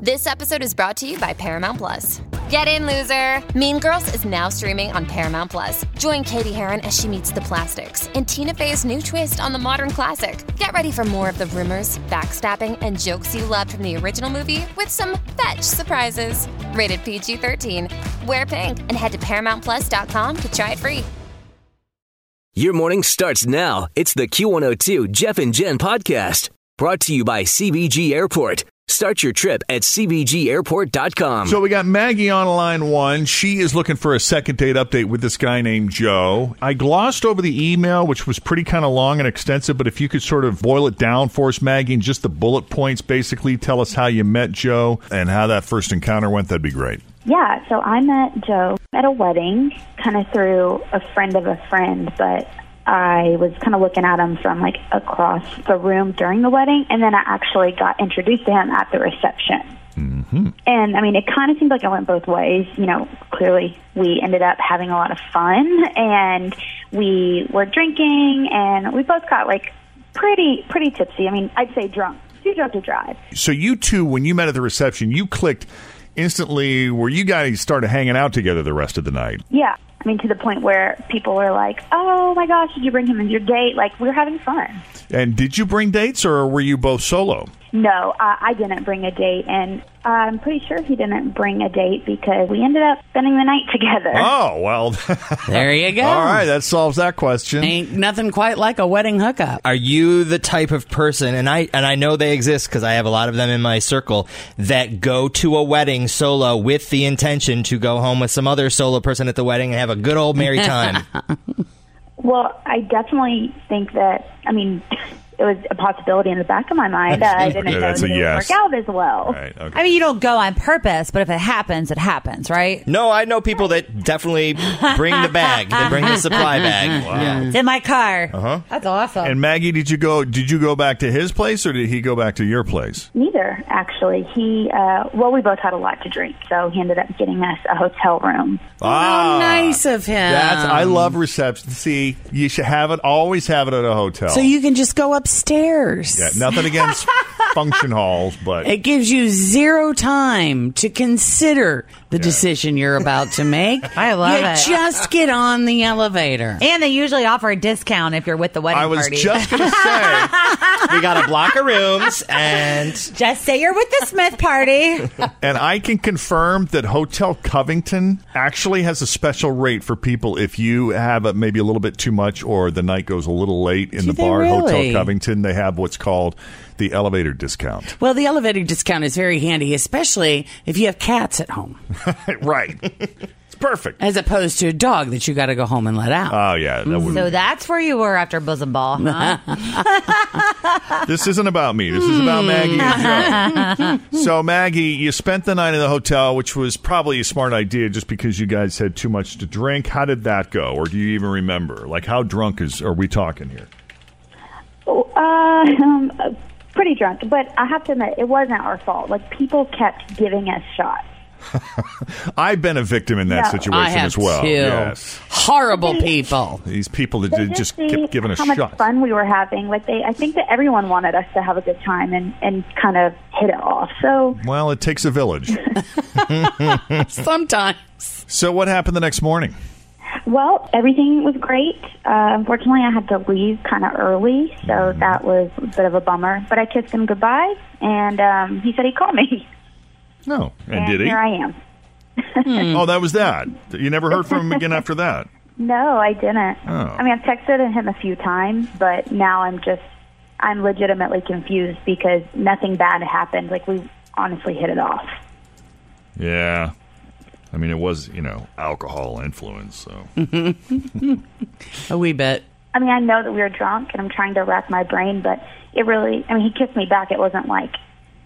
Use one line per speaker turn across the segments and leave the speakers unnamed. This episode is brought to you by Paramount Plus. Get in, loser! Mean Girls is now streaming on Paramount Plus. Join Katie Heron as she meets the plastics in Tina Fey's new twist on the modern classic. Get ready for more of the rumors, backstabbing, and jokes you loved from the original movie with some fetch surprises. Rated PG 13. Wear pink and head to ParamountPlus.com to try it free.
Your morning starts now. It's the Q102 Jeff and Jen podcast brought to you by CBG Airport. Start your trip at CBGAirport.com.
So we got Maggie on line one. She is looking for a second date update with this guy named Joe. I glossed over the email, which was pretty kind of long and extensive, but if you could sort of boil it down for us, Maggie, and just the bullet points basically, tell us how you met Joe and how that first encounter went, that'd be great.
Yeah, so I met Joe at a wedding, kind of through a friend of a friend, but I was kind of looking at him from like across the room during the wedding, and then I actually got introduced to him at the reception. And I mean, it kind of seemed like it went both ways. You know, clearly we ended up having a lot of fun, and we were drinking, and we both got like pretty pretty tipsy. I mean, I'd say drunk, too drunk to drive.
So you two, when you met at the reception, you clicked instantly where you guys started hanging out together the rest of the night.
Yeah. I mean, to the point where people were like, oh my gosh, did you bring him as your date? Like, we were having fun.
And did you bring dates or were you both solo?
No, uh, I didn't bring a date, and I'm pretty sure he didn't bring a date because we ended up spending the night together.
Oh, well,
There you go.
all right, that solves that question.
Ain't nothing quite like a wedding hookup.
Ah,
Are you the type of person and I and I know they exist cuz I have a lot of them in my circle that go to a wedding solo with the intention to go home with some other solo person at the wedding and have a good old merry time?
Well, I definitely think that, I mean, it was a possibility in the back of my mind that I didn't
Yeah,
know
that's
it
a
didn't
yes.
work out as well.
All right, okay.
I mean, you don't go on purpose, but if it happens, it happens, right?
no, I know people that definitely bring the bag. They bring the supply bag. Yeah.
It's in my car. Uh-huh. That's
Oh.
awesome.
And Maggie, did you go? Did you go back to his place, or did he go back to your place?
Oh,
Neither, actually. He, uh, well, we both had a lot to drink, so he ended up getting us a hotel room.
How nice Um, of him.
Ah, That's I love reception. See, you should have it. Always have it at a hotel.
So you can just go upstairs.
yeah, nothing against function halls, but
It gives you zero time to consider the decision you're about to make.
I love
you
it.
Just get on the elevator.
And they usually offer a discount if you're with the wedding
I was
party.
just gonna say.
We got a block of rooms and
Just say you're with the Smith party.
And I can confirm that Hotel Covington actually has a special rate for people if you have a, maybe a little bit too much or the night goes a little late in
Do
the
they
bar at Hotel
really?
Covington. They have what's called the elevator discount.
Well, the elevator discount is very handy, especially if you have cats at home,
right. It's perfect.
as opposed to a dog that you got to go home and let out.
Oh yeah, that would
so that's where you were after Bosom Ball, huh?
this isn't about me. This is about Maggie. and Joe. so Maggie, you spent the night in the hotel, which was probably a smart idea, just because you guys had too much to drink. How did that go, or do you even remember? Like, how drunk is are we talking here?
Oh, Uh, um, pretty drunk, but I have to admit, it wasn't our fault. Like, people kept giving us shots.
I've been a victim in that
No.
situation
I have
as well.
two
Yes,
horrible people.
these people that
They
did just
see
kept giving us
how much
shots.
fun we were having. Like they, I think that everyone wanted us to have a good time and and kind of hit it off. So
Well, it takes a village.
Sometimes.
so what happened the next morning?
well, everything was great. Uh, unfortunately, I had to leave kind of early, so
Mm-hmm.
that was a bit of a bummer. But I kissed him goodbye, and um, he said he'd call me.
No, and, did he?
Here I am.
Oh, that was that. You never heard from him again after that.
No, I didn't.
Oh.
I mean, I've texted him a few times, but now I'm just, I'm legitimately confused because nothing bad happened. Like we honestly hit it off.
Yeah. I mean, it was, you know, alcohol influence, so.
A wee bit.
I mean, I know that we were drunk, and I'm trying to rack my brain, but it really, I mean, he kissed me back. It wasn't like,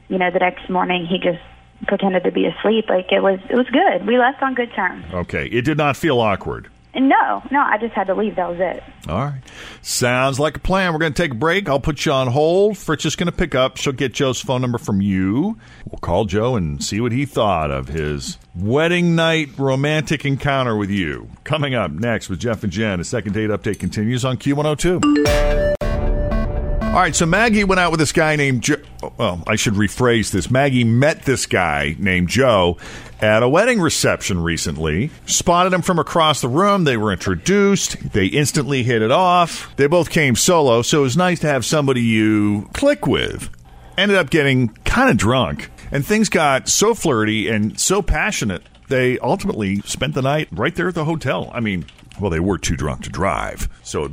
you know, the next morning he just pretended to be asleep. Like it was, it was good. We left on good terms.
Okay. It did not feel awkward.
And no, no, I just had to leave. That was it.
All right. Sounds like a plan. We're going to take a break. I'll put you on hold. Fritz is going to pick up. She'll get Joe's phone number from you. We'll call Joe and see what he thought of his wedding night romantic encounter with you. Coming oh up next with Jeff and Jen, a second date update continues on Q102. All right, so Maggie went out with this guy named Joe. Well, I should rephrase this. Maggie met this guy named Joe at a wedding reception recently, spotted him from across the room. They were introduced. They instantly hit it off. They both came solo, so it was nice to have somebody you click with. Ended up getting kind of drunk, and things got so flirty and so passionate, they ultimately spent the night right there at the hotel. I mean, well, they were too drunk to drive, so it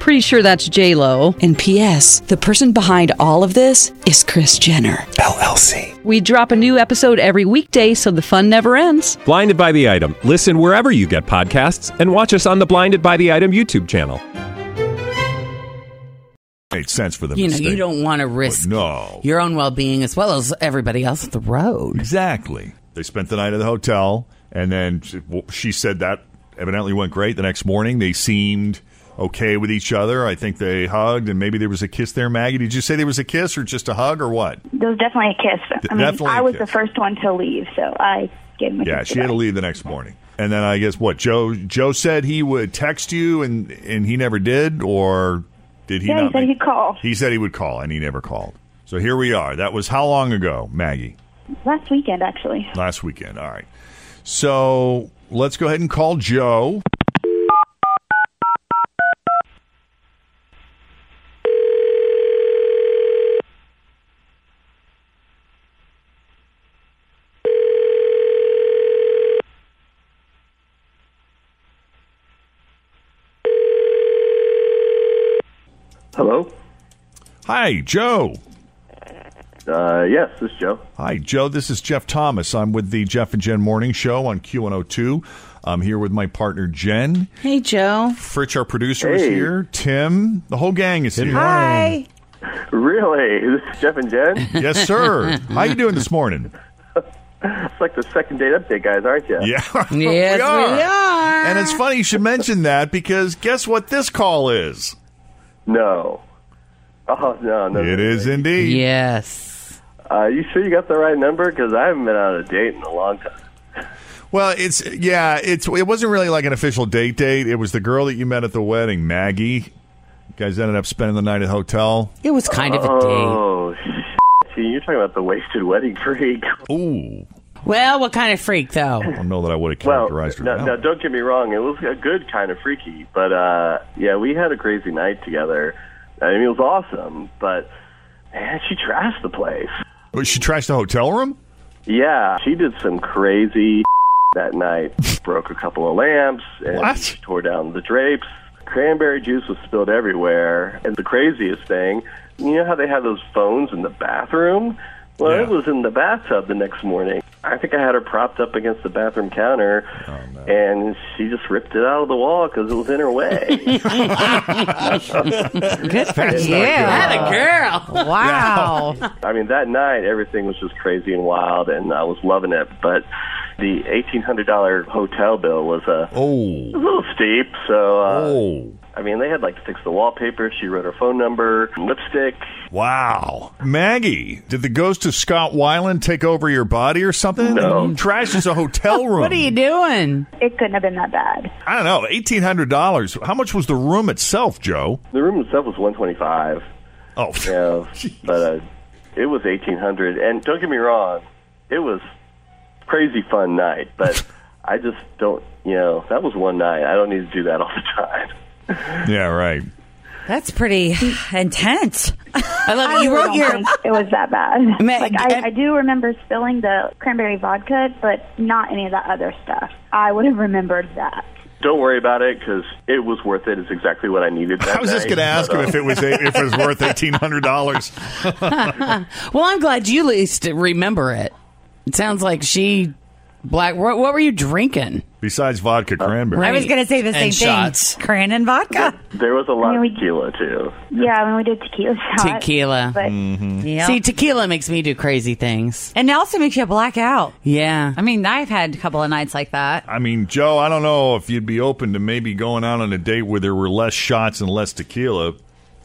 Pretty sure that's J Lo.
And P.S. The person behind all of this is Chris Jenner
LLC.
We drop a new episode every weekday, so the fun never ends.
Blinded by the item. Listen wherever you get podcasts, and watch us on the Blinded by the Item YouTube channel.
made sense for them.
You know,
to
you
stay.
don't want to risk
Oh, no.
Oh. your own well being as well as everybody else at the road.
Exactly. They spent the night at the hotel, and then she- well, she said that evidently went great. The next morning, they seemed okay with each other. I think they hugged, and maybe there was a kiss there. Maggie, did you say there was a kiss or just a hug or what?
There was definitely a kiss. I mean,
Definitely
I
a
was
kiss.
the first one to leave, so I gave him a
Yeah,
kiss
she had to
goodbye.
leave the next morning. And then I guess what Joe Joe said he would text you, and and he never did, or did he?
Yeah, he
not
said
make-
he'd call.
He said he would call, and he never called. So here we are. That was how long ago, Maggie?
Last weekend, actually.
Last weekend. All right. So let's go ahead and call Joe.
Hello.
Hi, Joe.
Uh, yes, this is Joe.
Hi, Joe. This is Jeff Thomas. I'm with the Jeff and Jen Morning Show on Q102. I'm here with my partner, Jen.
Hey, Joe.
Fritch, our producer, is
Hey.
here. Tim, the whole gang is here.
Hi.
Really, this is Jeff and Jen.
Yes, sir. How you doing this morning?
it's like the second date update, guys, aren't you?
Yeah.
Yes, we are.
And it's funny you should mention that because guess what this call is?
No. Oh no, no.
It
no.
is indeed.
Yes.
Uh, you sure you got the right number? Because I haven't been on a date in a long time.
Well, it's yeah, it's it wasn't really like an official date date. It was the girl that you met at the wedding, Maggie. You guys ended up spending the night at a hotel.
It was kind of a date.
Oh, see, you're talking about the wasted wedding freak.
Ooh,
Well, what kind of freak, though?
I don't know that I would have
Well,
characterized her.
no, no,
that.
don't get me wrong. It was a good kind of freaky, but uh, yeah, we had a crazy night together. I mean, it was awesome, but man, she trashed the place.
But she trashed the hotel room.
Yeah, she did some crazy that night. Broke a couple of lamps and
What?
she tore down the drapes. Cranberry juice was spilled everywhere. And the craziest thing, you know how they have those phones in the bathroom? Well,
Yeah.
it was in the bathtub the next morning. I think I had her propped up against the bathroom counter,
Oh,
and she just ripped it out of the wall because it was in her way.
Good for
That's
you.
not good.
That a girl. Wow.
I mean, that night everything was just crazy and wild, and I was loving it. But the eighteen hundred dollar hotel bill was a
Oh,
a little steep. So, uh,
oh,
I mean, they had like to fix the wallpaper. She wrote her phone number, lipstick.
wow, Maggie, did the ghost of Scott Weiland take over your body or something?
No.
You trashed a hotel room.
What are you doing?
It couldn't have been that bad.
I don't know. Eighteen hundred dollars. How much was the room itself, Joe?
The room itself was one twenty five.
Oh,
You know, but uh, it was eighteen hundred. And don't get me wrong, it was crazy fun night. But I just don't, you know, that was one night. I don't need to do that all the time.
yeah, right.
That's pretty intense.
I love it. You
I
wrote
don't
your.
think it was that bad.
Ma-
like I,
and-
I do remember spilling the cranberry vodka, but not any of that other stuff. I would have remembered that.
Don't worry about it because it was worth it. It's exactly what I needed. That
I was just
night.
going
uh,
to ask him if it was if it was worth eighteen hundred dollars.
Well, I'm glad you at least remember it. It sounds like she Black, what, what were you drinking?
Besides vodka
Uh,
cranberry.
I was going to say the same thing. Cran and vodka.
There was a lot of tequila too.
Yeah, when we did tequila shots.
Tequila.
But
Yeah.
See, tequila makes me do crazy things.
And it also makes you black out.
Yeah.
I mean, I've had a couple of nights like that.
I mean, Joe, I don't know if you'd be open to maybe going out on a date where there were less shots and less tequila,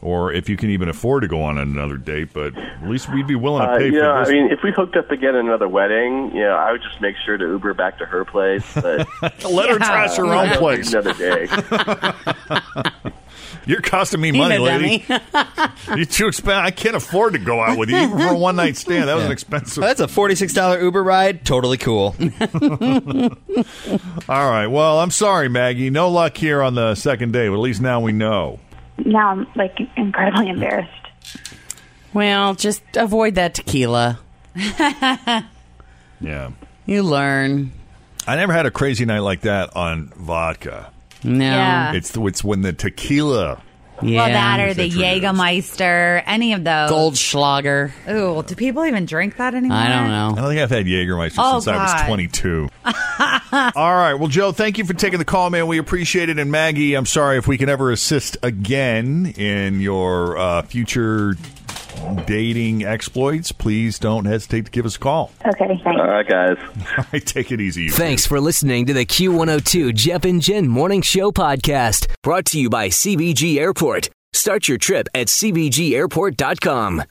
or if you can even afford to go on another date, but at least we'd be willing to
Uh,
pay
yeah,
for this.
I mean, if we hooked up again at another wedding, you know, I would just make sure to Uber back to her place. But
Let her trash her own place.
another day.
You're costing me
You
money,
know,
lady. You're too expensive. I can't afford to go out with you even for a one night stand. That was an expensive.
Well, that's a forty-six dollar Uber ride. Totally cool.
All right. Well, I'm sorry, Maggie. No luck here on the second day, but at least now we know.
Now I'm like incredibly embarrassed.
Well, just avoid that tequila.
Yeah.
You learn.
I never had a crazy night like that on vodka.
No.
Yeah.
It's it's when the tequila.
Well, that or the Jägermeister, any of those.
Goldschlager.
Ooh, do people even drink that anymore?
I don't
know.
I don't think I've had Jägermeister
Oh,
since I was
God.
22. All right. Well, Joe, thank you for taking the call, man. We appreciate it. And Maggie, I'm sorry if we can ever assist again in your uh, future dating exploits. Please don't hesitate to give us a call.
Okay, thanks.
All right, guys.
All right. Take it easy.
Thanks for listening to the Q102 Jeff and Jen Morning Show podcast, brought to you by CBG Airport. Start your trip at CBGAirport.com.